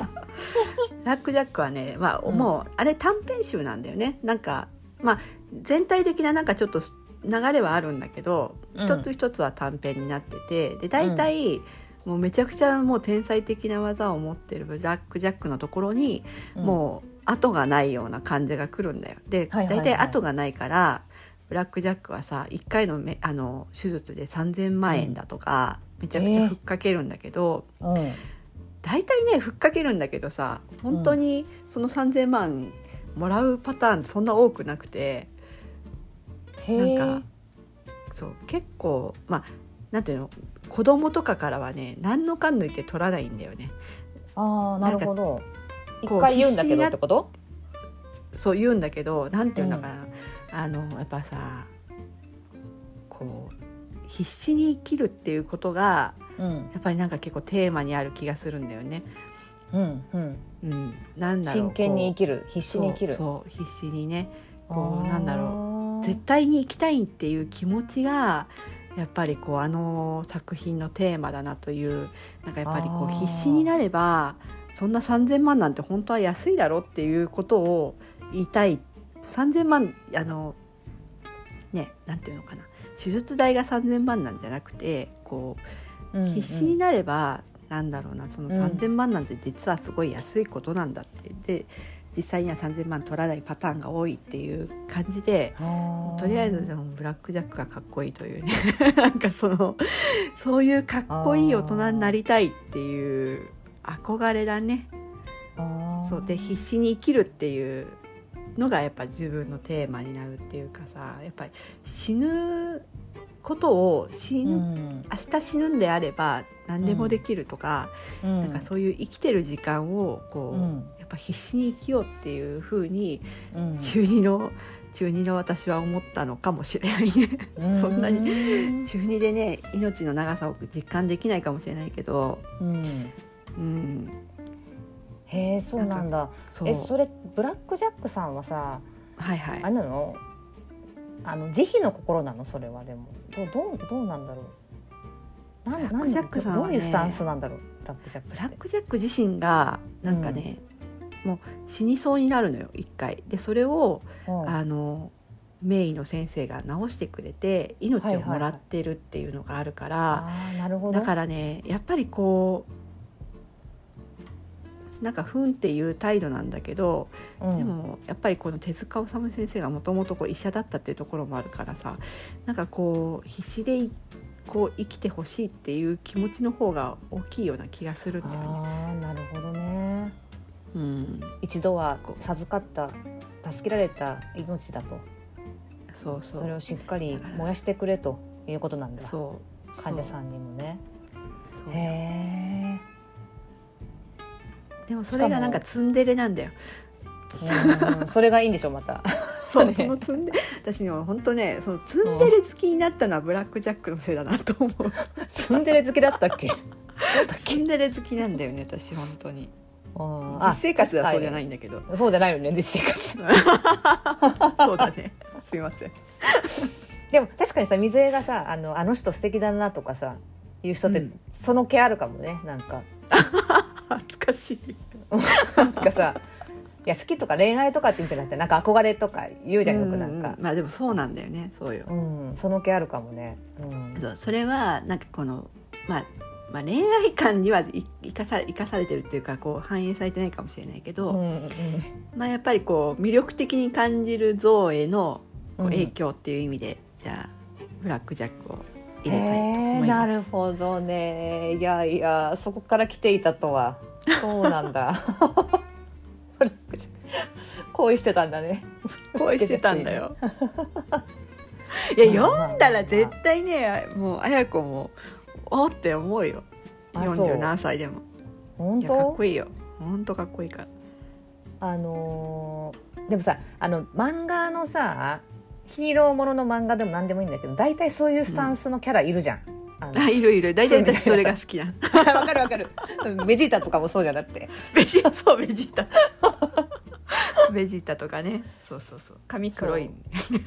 Speaker 2: ラックジャックはね、まあ、
Speaker 1: うん
Speaker 2: もうあれ短編集なんだよねなんかまあ全体的ななんかちょっと流れはあるんだけど、
Speaker 1: うん
Speaker 2: 一つ一つは短編になっててで大体、もうめちゃくちゃもう天才的な技を持ってるブラック・ジャックのところに、もう後がないような感じが来るんだよ。で、
Speaker 1: はいはいはい
Speaker 2: 大体後がないからブラック・ジャックはさ1回のめあの手術で3,000万円だとか、めちゃくちゃふっかけるんだけど、
Speaker 1: うん、うん
Speaker 2: 大体ねふっかけるんだけどさ本当にその3,000万もらうパターンそんな多くなくて、
Speaker 1: へ
Speaker 2: な
Speaker 1: え
Speaker 2: んかそう結構まあなんていうの子供とかからはね何のかん抜いて取らないんだよね。
Speaker 1: ああなるほど
Speaker 2: こう
Speaker 1: 一回言うんだけ
Speaker 2: 必死に
Speaker 1: ど
Speaker 2: な
Speaker 1: ってこと
Speaker 2: そう言うんだけどなんていうのかな、あのやっぱさこう必死に生きるっていうことが
Speaker 1: うん
Speaker 2: やっぱりなんか結構テーマにある気がするんだよね。
Speaker 1: うんうん
Speaker 2: うん、なんだろう
Speaker 1: 真剣に生
Speaker 2: き
Speaker 1: きる必死に生きる
Speaker 2: そうそう必死にねこ
Speaker 1: あ
Speaker 2: う
Speaker 1: ー
Speaker 2: なんだろう絶対に生きたいっていう気持ちがやっぱりこうあの作品のテーマだなというなんかやっぱりこ
Speaker 1: あ
Speaker 2: う
Speaker 1: ー
Speaker 2: 必死になればそんな3,000万なんて本当は安いだろっていうことを言いたい3,000万あのねなんていうのかな手術代が3,000万なんじゃなくてこう
Speaker 1: うんうん
Speaker 2: 必死になれば、なんだろうなその3,000万なんて実はすごい安いことなんだって、で実際には3,000万取らないパターンが多いっていう感じで
Speaker 1: あー
Speaker 2: とりあえずでもブラック・ジャックがかっこいいというね なんかそのそういうかっこいい大人になりたいっていう憧れだね。
Speaker 1: あー
Speaker 2: そうで必死に生きるっていうのがやっぱ自分のテーマになるっていうかさやっぱり死ぬことを死
Speaker 1: うんん
Speaker 2: 明日死ぬんであれば何でもできるとか、
Speaker 1: うん
Speaker 2: なんかそういう生きてる時間をこう、
Speaker 1: うん
Speaker 2: やっぱ必死に生きようっていう風に
Speaker 1: うん
Speaker 2: 中二の、中二の私は思ったのかもしれないねそんなに
Speaker 1: に
Speaker 2: 中二でね命の長さを実感できないかもしれないけど
Speaker 1: うん
Speaker 2: うん
Speaker 1: へえそうなんだ
Speaker 2: そう
Speaker 1: えそれブラック・ジャックさんはさ
Speaker 2: はいは
Speaker 1: あれ
Speaker 2: い
Speaker 1: なのあの慈悲の心なのそれはでもどうどうどうなんだろうなん
Speaker 2: ブラックジャックさんは
Speaker 1: なんだろうどうい
Speaker 2: ね
Speaker 1: うスタンスなんだろうブラック・ジャック
Speaker 2: ブ
Speaker 1: っ
Speaker 2: ラッ
Speaker 1: て
Speaker 2: ク・ジャック自身がなんかね、もう死にそうになるのよ一回でそれを
Speaker 1: うん
Speaker 2: あの名医の先生が治してくれて命をもらってるっていうのがあるから、
Speaker 1: あーなるほど
Speaker 2: だからねやっぱりこうなんかふんっていう態度なんだけど、
Speaker 1: ら、うん
Speaker 2: でもやっぱりこの手塚治虫先生がもともと医者だったっていうところもあるからさなんかこう必死でいこう生きてほしいっていう気持ちの方が大きいような気がするんだよね。
Speaker 1: ああなるほどね
Speaker 2: うん、
Speaker 1: 一度は授かった助けられた命だと
Speaker 2: そうそ
Speaker 1: それ
Speaker 2: う
Speaker 1: をしっかり燃やしてくれということなんだ
Speaker 2: そう
Speaker 1: 患者さんにもね
Speaker 2: そうそう
Speaker 1: へえ
Speaker 2: でもそれがなんかツンデレなんだよ
Speaker 1: うんそれがいいんでしょまた
Speaker 2: そう、
Speaker 1: ね
Speaker 2: そのツンデレ私ね本当ねそのツンデレ好きになったのはブラック・ジャックのせいだなと思う
Speaker 1: ツンデレ好きだったっけ
Speaker 2: ツンデレ好きなんだよね私本当に
Speaker 1: うんあ
Speaker 2: 実生活ではそうじゃないいんだけど
Speaker 1: そうじゃないよね実生活
Speaker 2: そうだねすいません
Speaker 1: でも確かにさ水江がさあのあの人素敵だなとかさいう人って、
Speaker 2: うん
Speaker 1: その気あるかもねなんか
Speaker 2: 恥ずかしい
Speaker 1: なんかさいや好きとか恋愛とかって意味じゃなくてなんか憧れとか言うじゃんよくなん
Speaker 2: う
Speaker 1: か
Speaker 2: う、まあでもそうなんだよねそうよ、
Speaker 1: うんその気あるかもね、うん、
Speaker 2: そうそれはなんかこのまあまあ、恋愛観にはい生かさ生かされてるっていうかこう反映されてないかもしれないけど、
Speaker 1: うんうん
Speaker 2: まあ、やっぱりこう魅力的に感じる像へのこ
Speaker 1: う
Speaker 2: うん影響っていう意味で、じゃあブラック・ジャックを入れたいと思い
Speaker 1: な
Speaker 2: ます。
Speaker 1: るほどねいやいやそこから来ていたとはそうなん だ 恋してたんだね
Speaker 2: 恋してたんだよ。いや読んだら絶対ねもう綾子もおーって思うよ
Speaker 1: あそう
Speaker 2: 40何歳でも
Speaker 1: 本
Speaker 2: いやかっ
Speaker 1: 当
Speaker 2: こいいよほんとかっこいいから
Speaker 1: あのーでもさあの漫画のさヒーローものの漫画でも何でもいいんだけど大体そういうスタンスのキャラいるじゃん。あ の
Speaker 2: あいろいろ大
Speaker 1: そうみ
Speaker 2: 体
Speaker 1: たいな
Speaker 2: 私それが好きなの
Speaker 1: わかるわかるうんベジータとかもそうじゃなくて
Speaker 2: ベジそうベジ ータベジータとかねそうそうそう髪黒い
Speaker 1: ベ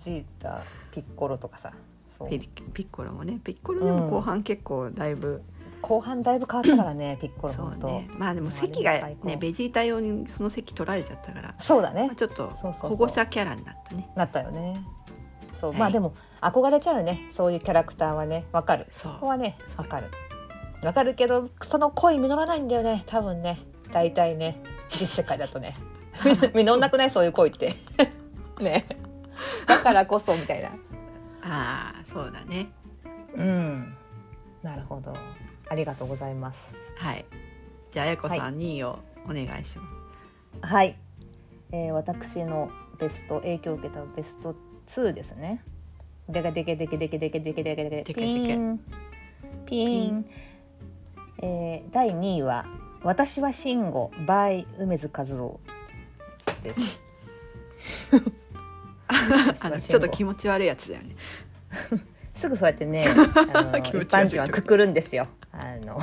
Speaker 1: ジータピッコロとかさそう
Speaker 2: ピリピッコロもねピッコロでも後半結構だいぶ、
Speaker 1: 後半だいぶ変わったから ねピッコロ
Speaker 2: そう
Speaker 1: 本当
Speaker 2: ねまあでも席
Speaker 1: あれ
Speaker 2: が
Speaker 1: も最高
Speaker 2: ねベジータ用にその席取られちゃったから、
Speaker 1: そうだ
Speaker 2: まあ、
Speaker 1: ね
Speaker 2: ちょっと
Speaker 1: そうそうそう
Speaker 2: 保護者キャラになったね
Speaker 1: なったよねそう、
Speaker 2: はい
Speaker 1: まあでも憧れちゃうよねそういうキャラクターはねわかる
Speaker 2: そう
Speaker 1: ここはねわかるわかるけどその恋実らないんだよね多分ね大体ね実世界だとね み実んなくないそういう恋って ねだからこそみたいな
Speaker 2: ああそうだね
Speaker 1: うんなるほどありがとうございます
Speaker 2: はいじゃあ綾子
Speaker 1: は
Speaker 2: さん2位をお願いします、
Speaker 1: はい、えー私のベスト影響を受けたベスト2ですねでけでけでけでけでけでけでけでけ
Speaker 2: でけでけ
Speaker 1: ピーンピーンえー第2位は「私は慎吾 by 梅津和夫」です私
Speaker 2: あ
Speaker 1: は慎
Speaker 2: のちょっ
Speaker 1: 吾
Speaker 2: と気持ち悪いやつだよね
Speaker 1: すぐそうやって ねあの一
Speaker 2: 気持ち悪い
Speaker 1: 般人はくくるんですよあ の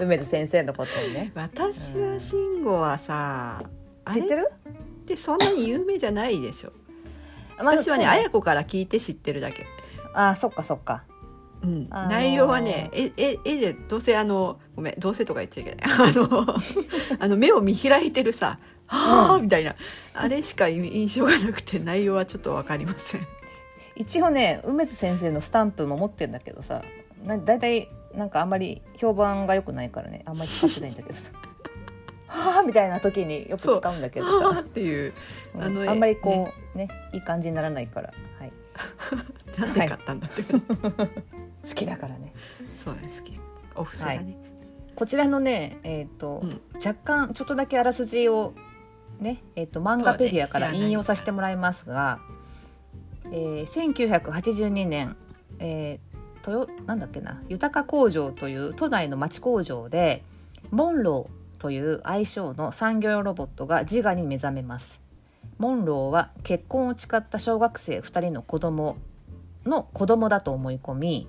Speaker 1: 梅津先生のことをね
Speaker 2: 私は慎吾はさ、あ
Speaker 1: 知
Speaker 2: れ
Speaker 1: ってる
Speaker 2: ってそんなに有名じゃないでしょ
Speaker 1: まあ
Speaker 2: 私はね
Speaker 1: そう
Speaker 2: 綾子から聞いて知ってるだけ、
Speaker 1: あーそっかそっか
Speaker 2: うん
Speaker 1: あのー
Speaker 2: 内容はねええ絵でどうせあのごめんどうせとか言っちゃいけない あのあの目を見開いてるさ「はあ」みたいなあれしか意味印象がなくて内容はちょっとわかりません
Speaker 1: 一応ね梅津先生のスタンプも持ってんだけどさな大体なんかあんまり評判が良くないからねあんまり使ってないんだけどさ「はあ」みたいな時によく使うんだ
Speaker 2: 「
Speaker 1: けど
Speaker 2: はあ」
Speaker 1: さ
Speaker 2: っ、ていう
Speaker 1: うん
Speaker 2: あの
Speaker 1: あんまりこうねいい感じにならないから、はい、
Speaker 2: なんで買ったんだって、そう
Speaker 1: 好きだからね
Speaker 2: そうなんですけどお布施がね、
Speaker 1: こちらのねえっ、と、
Speaker 2: うん
Speaker 1: 若干ちょっとだけあらすじをねえっ、と漫画ペディアから引用させてもらいますが、えー、1982年、えー、豊なんだっけな豊か工場という都内の町工場でモンローという愛称の産業用ロボットが自我に目覚めますモンローは結婚を誓った小学生2人の子供の子供だと思い込み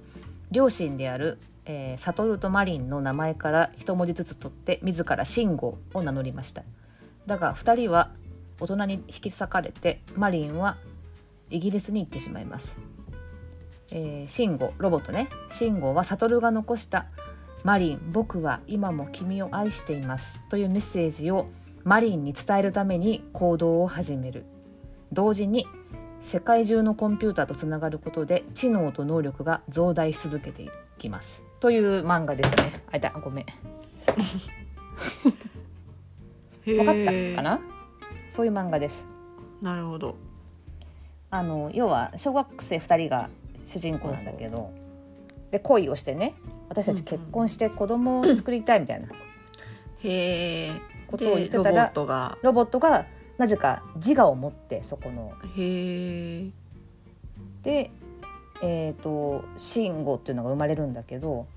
Speaker 1: 両親である、えー、サトルとマリンの名前から一文字ずつ取って自ら慎吾を名乗りましただが2人は大人に引き裂かれてマリンはイギリスに行ってしまいます、えー、慎吾ロボットね慎吾はサトルが残した「マリン僕は今も君を愛しています」というメッセージをマリンに伝えるために行動を始める同時に世界中のコンピューターとつながることで知能と能力が増大し続けていきますという漫画ですねあいたごめん分かったか
Speaker 2: へ
Speaker 1: なそういう漫画です
Speaker 2: ーなるほど
Speaker 1: あの要は小学生2人が主人公なんだけど、で恋をしてね私たち結婚して子供を作りたいみたいな
Speaker 2: へえ
Speaker 1: ことを言ってたら
Speaker 2: ロボットが
Speaker 1: ロボットがなぜか自我を持ってそこの
Speaker 2: へえ
Speaker 1: でえー、と慎吾っていうのが生まれるんだけど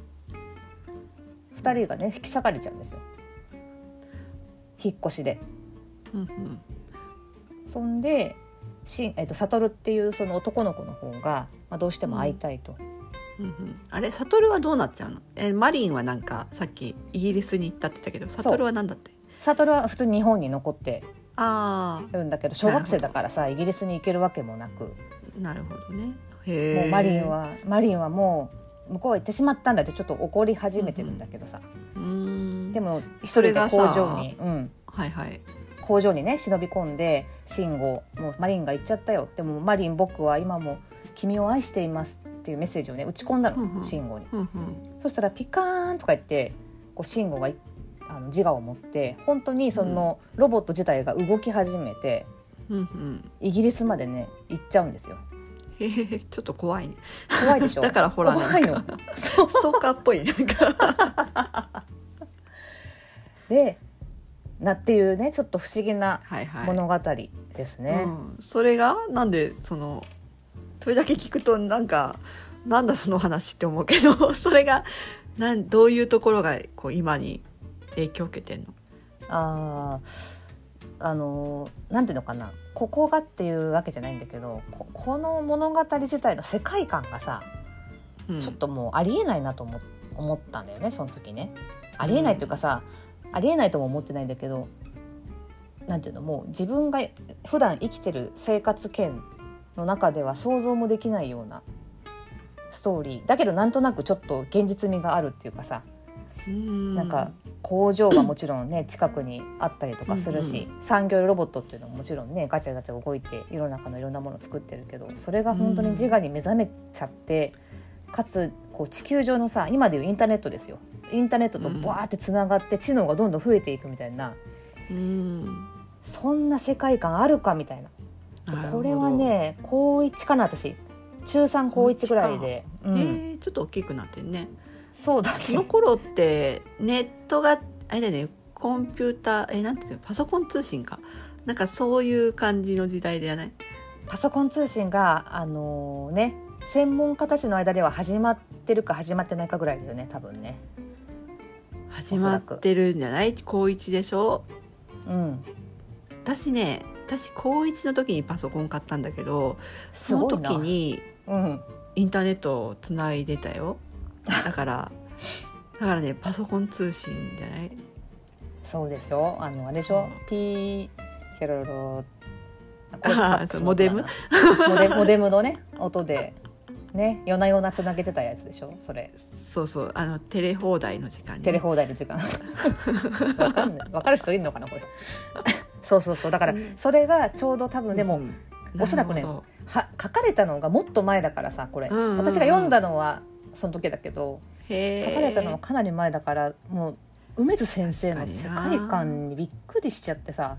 Speaker 1: 2人がね引き裂かれちゃうんですよ引っ越しで。
Speaker 2: うんうん
Speaker 1: そんでしん、えー、と悟っていうその男の子の方が、まあ、どうしても会いたいと、
Speaker 2: うんうんあれサトルはどうなっちゃうのえマリンはなんかさっきイギリスに行ったって言ったけどサトルはなんだって
Speaker 1: 悟は普通に日本に残って
Speaker 2: あ
Speaker 1: やるんだけど小学生だからさイギリスに行けるわけもなく
Speaker 2: あなるほどねへえ
Speaker 1: もうマリンはマリンはもう向こう行ってしまったんだってちょっと怒り始めてるんだけどさ、
Speaker 2: うーん
Speaker 1: で
Speaker 2: も
Speaker 1: も一
Speaker 2: そ
Speaker 1: 人で
Speaker 2: れが
Speaker 1: 工
Speaker 2: さ
Speaker 1: 場に、うん、
Speaker 2: はいはい
Speaker 1: 工場にね忍び込んで信号もうマリンが行っちゃったよでもマリン僕は今も君を愛していますっていうメッセージをね打ち込んだ
Speaker 2: うんう
Speaker 1: の
Speaker 2: ん
Speaker 1: 信号に
Speaker 2: うんうん
Speaker 1: そしたらピカーンとか言ってこう信号がいあの自我を持って本当にそのロボット自体が動き始めて
Speaker 2: うんうん
Speaker 1: イギリスまでね行っちゃうんですよ
Speaker 2: へへへへちょっと怖いね
Speaker 1: 怖いでしょ
Speaker 2: だからホラーな
Speaker 1: 怖い
Speaker 2: ん
Speaker 1: の
Speaker 2: かそうストーカーっぽいなんか
Speaker 1: でなっていうねちょっと不思議な
Speaker 2: はいはい
Speaker 1: 物語ですね、
Speaker 2: うん、それがなんでそのそれだけ聞くとなんかなんだその話って思うけど それがなんどういうところがこう今に影響を受けてんの
Speaker 1: あーあのーなんていうのかなここがっていうわけじゃないんだけどここの物語自体の世界観がさ、
Speaker 2: うん
Speaker 1: ちょっともうありえないなと思思ったんだよねその時ね。ありえないっていうかさ、ありえないとも思ってないんだけどなんていうのもう自分が普段生きてる生活圏の中では想像もできないようなストーリーだけどなんとなくちょっと現実味があるっていうかさ
Speaker 2: うん
Speaker 1: なんか工場がもちろんね近くにあったりとかするし、産業用ロボットっていうのももちろんねガチャガチャ動いて世の中のいろんなものを作ってるけどそれが本当に自我に目覚めちゃって、かつこう地球上のさ今でいうインターネットですよインターネットとバーってつながって知能がどんどん増えていくみたいな、
Speaker 2: うん
Speaker 1: そんな世界観あるかみたいな
Speaker 2: なるほ
Speaker 1: こ
Speaker 2: ど
Speaker 1: れはね高1かな私中3高1ぐらいで、う
Speaker 2: え
Speaker 1: ん、
Speaker 2: ーちょっと大きくなってんね
Speaker 1: そうだ
Speaker 2: その
Speaker 1: ね
Speaker 2: 頃ってネットがあれだよねコンピューターえなんていうのパソコン通信かなんかそういう感じの時代じゃない
Speaker 1: パソコン通信があのね専門家たちの間では始まってるか始まってないかぐらいだよね多分ね
Speaker 2: 始まってるんじゃない高一でしょ
Speaker 1: うん
Speaker 2: 私ね私高1の時にパソコン買ったんだけど
Speaker 1: す
Speaker 2: その
Speaker 1: ごいな
Speaker 2: 時に
Speaker 1: うん
Speaker 2: インターネットをつないでたよだから だからねパソコン通信じゃない
Speaker 1: そうでしょあのあれでしょピーヒロロ
Speaker 2: あーそうモデム
Speaker 1: モデモデムのね音でね夜な夜なつなげてたやつでしょそれ
Speaker 2: そうそうあのテレ放題の時間に
Speaker 1: テレ放題の時間わかんないわかる人いるのかなこれ そうそうそうだからそれがちょうど多分でも、
Speaker 2: うん
Speaker 1: おそらくね
Speaker 2: なるほ
Speaker 1: は書かれたのがもっと前だからさこれ、
Speaker 2: うんうんうん
Speaker 1: 私が読んだのはその時だけど
Speaker 2: どへ
Speaker 1: 書
Speaker 2: ー
Speaker 1: かれたのはかなり前だからもう梅津先生の世界
Speaker 2: 確かに
Speaker 1: 観にびっくりしちゃってさ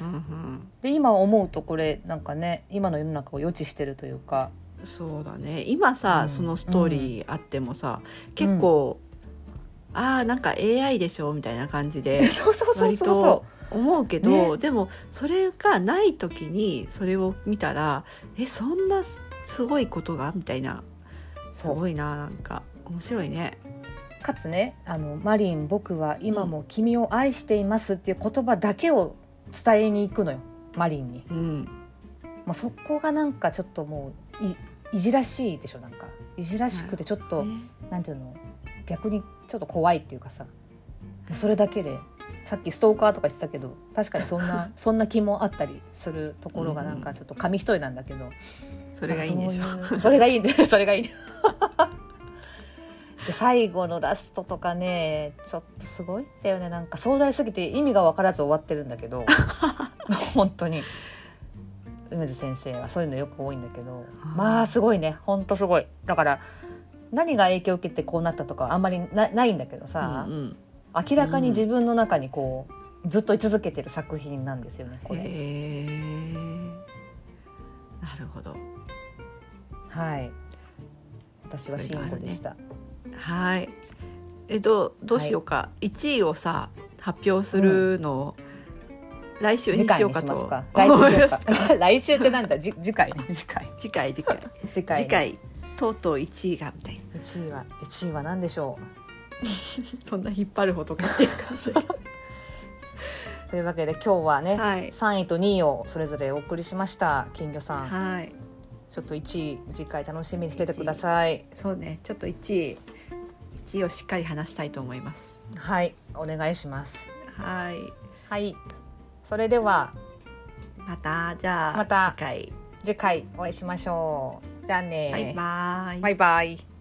Speaker 2: うん
Speaker 1: で今思うとこれなんかね今の世の中を予知してるというか
Speaker 2: うんそうだね今さ、
Speaker 1: うん
Speaker 2: そのストーリーあってもさ、結構、あーなんか AI でしょみたいな感じで
Speaker 1: そうそうそう
Speaker 2: 割
Speaker 1: そうそ
Speaker 2: と思うけど、でもそれがない時にそれを見たらえそんなすすごいことがみたいな
Speaker 1: う
Speaker 2: す
Speaker 1: そう
Speaker 2: ごいななんか面白いね。
Speaker 1: かつねあの「マリン僕は今も君を愛しています」っていう言葉だけを伝えに行くのよマリンに。
Speaker 2: うん、
Speaker 1: もうそこがなんかちょっともういいじらしいでしょなんかいじらしくてちょっと。
Speaker 2: ね
Speaker 1: なんていうの逆にちょっと怖いっていうかさもうそれだけでさっきストーカーとか言ってたけど確かにそん なそんな気もあったりするところがなんかちょっと紙一重なんだけど、
Speaker 2: それがいいんでしょ。
Speaker 1: なんかそういうそれがいいんで それがいいで最後のラストとかねちょっとすごいんだよねなんか壮大すぎて意味が分からず終わってるんだけ ど本当に梅津先生はそういうのよく多いんだけど
Speaker 2: あー
Speaker 1: まあすごいね本当すごいだから何が影響を受けてこうなったとかはあんまりなないんだけどさ、
Speaker 2: うんうん
Speaker 1: 明らかに自分の中にこうずっと居続けてる作品なんですよねこれ。
Speaker 2: へーなるほど。
Speaker 1: はい。私はシンコでした。
Speaker 2: はい。えどうどうしようか、一1位をさ発表するのを来週
Speaker 1: 次
Speaker 2: にし
Speaker 1: 回
Speaker 2: よう
Speaker 1: に
Speaker 2: か
Speaker 1: しま
Speaker 2: と
Speaker 1: す
Speaker 2: 思い
Speaker 1: か。来週にしよ
Speaker 2: ま
Speaker 1: う
Speaker 2: す。
Speaker 1: か。 来週ってなんだ。じ次回ね。次回。
Speaker 2: 次回次回
Speaker 1: 次回ね。
Speaker 2: 次回とうとう1位がみたいな。
Speaker 1: 一位は一位は何でしょ
Speaker 2: そんな引っ張るほどかっていう 感じ。
Speaker 1: う。というわけで今日はね、
Speaker 2: はい。
Speaker 1: 三、位と二位をそれぞれお送りしました。金魚さん。
Speaker 2: はい。
Speaker 1: ちょっと一位次回楽しみにしててください。
Speaker 2: そうね。ちょっと1位、1位をしっかり話したいと思います。
Speaker 1: はい。お願いします。
Speaker 2: はい。
Speaker 1: はい。それでは
Speaker 2: またじゃあ、
Speaker 1: また
Speaker 2: 次回。
Speaker 1: 次回お会いしましょう。じゃあね。
Speaker 2: バイバイ。
Speaker 1: バイバイ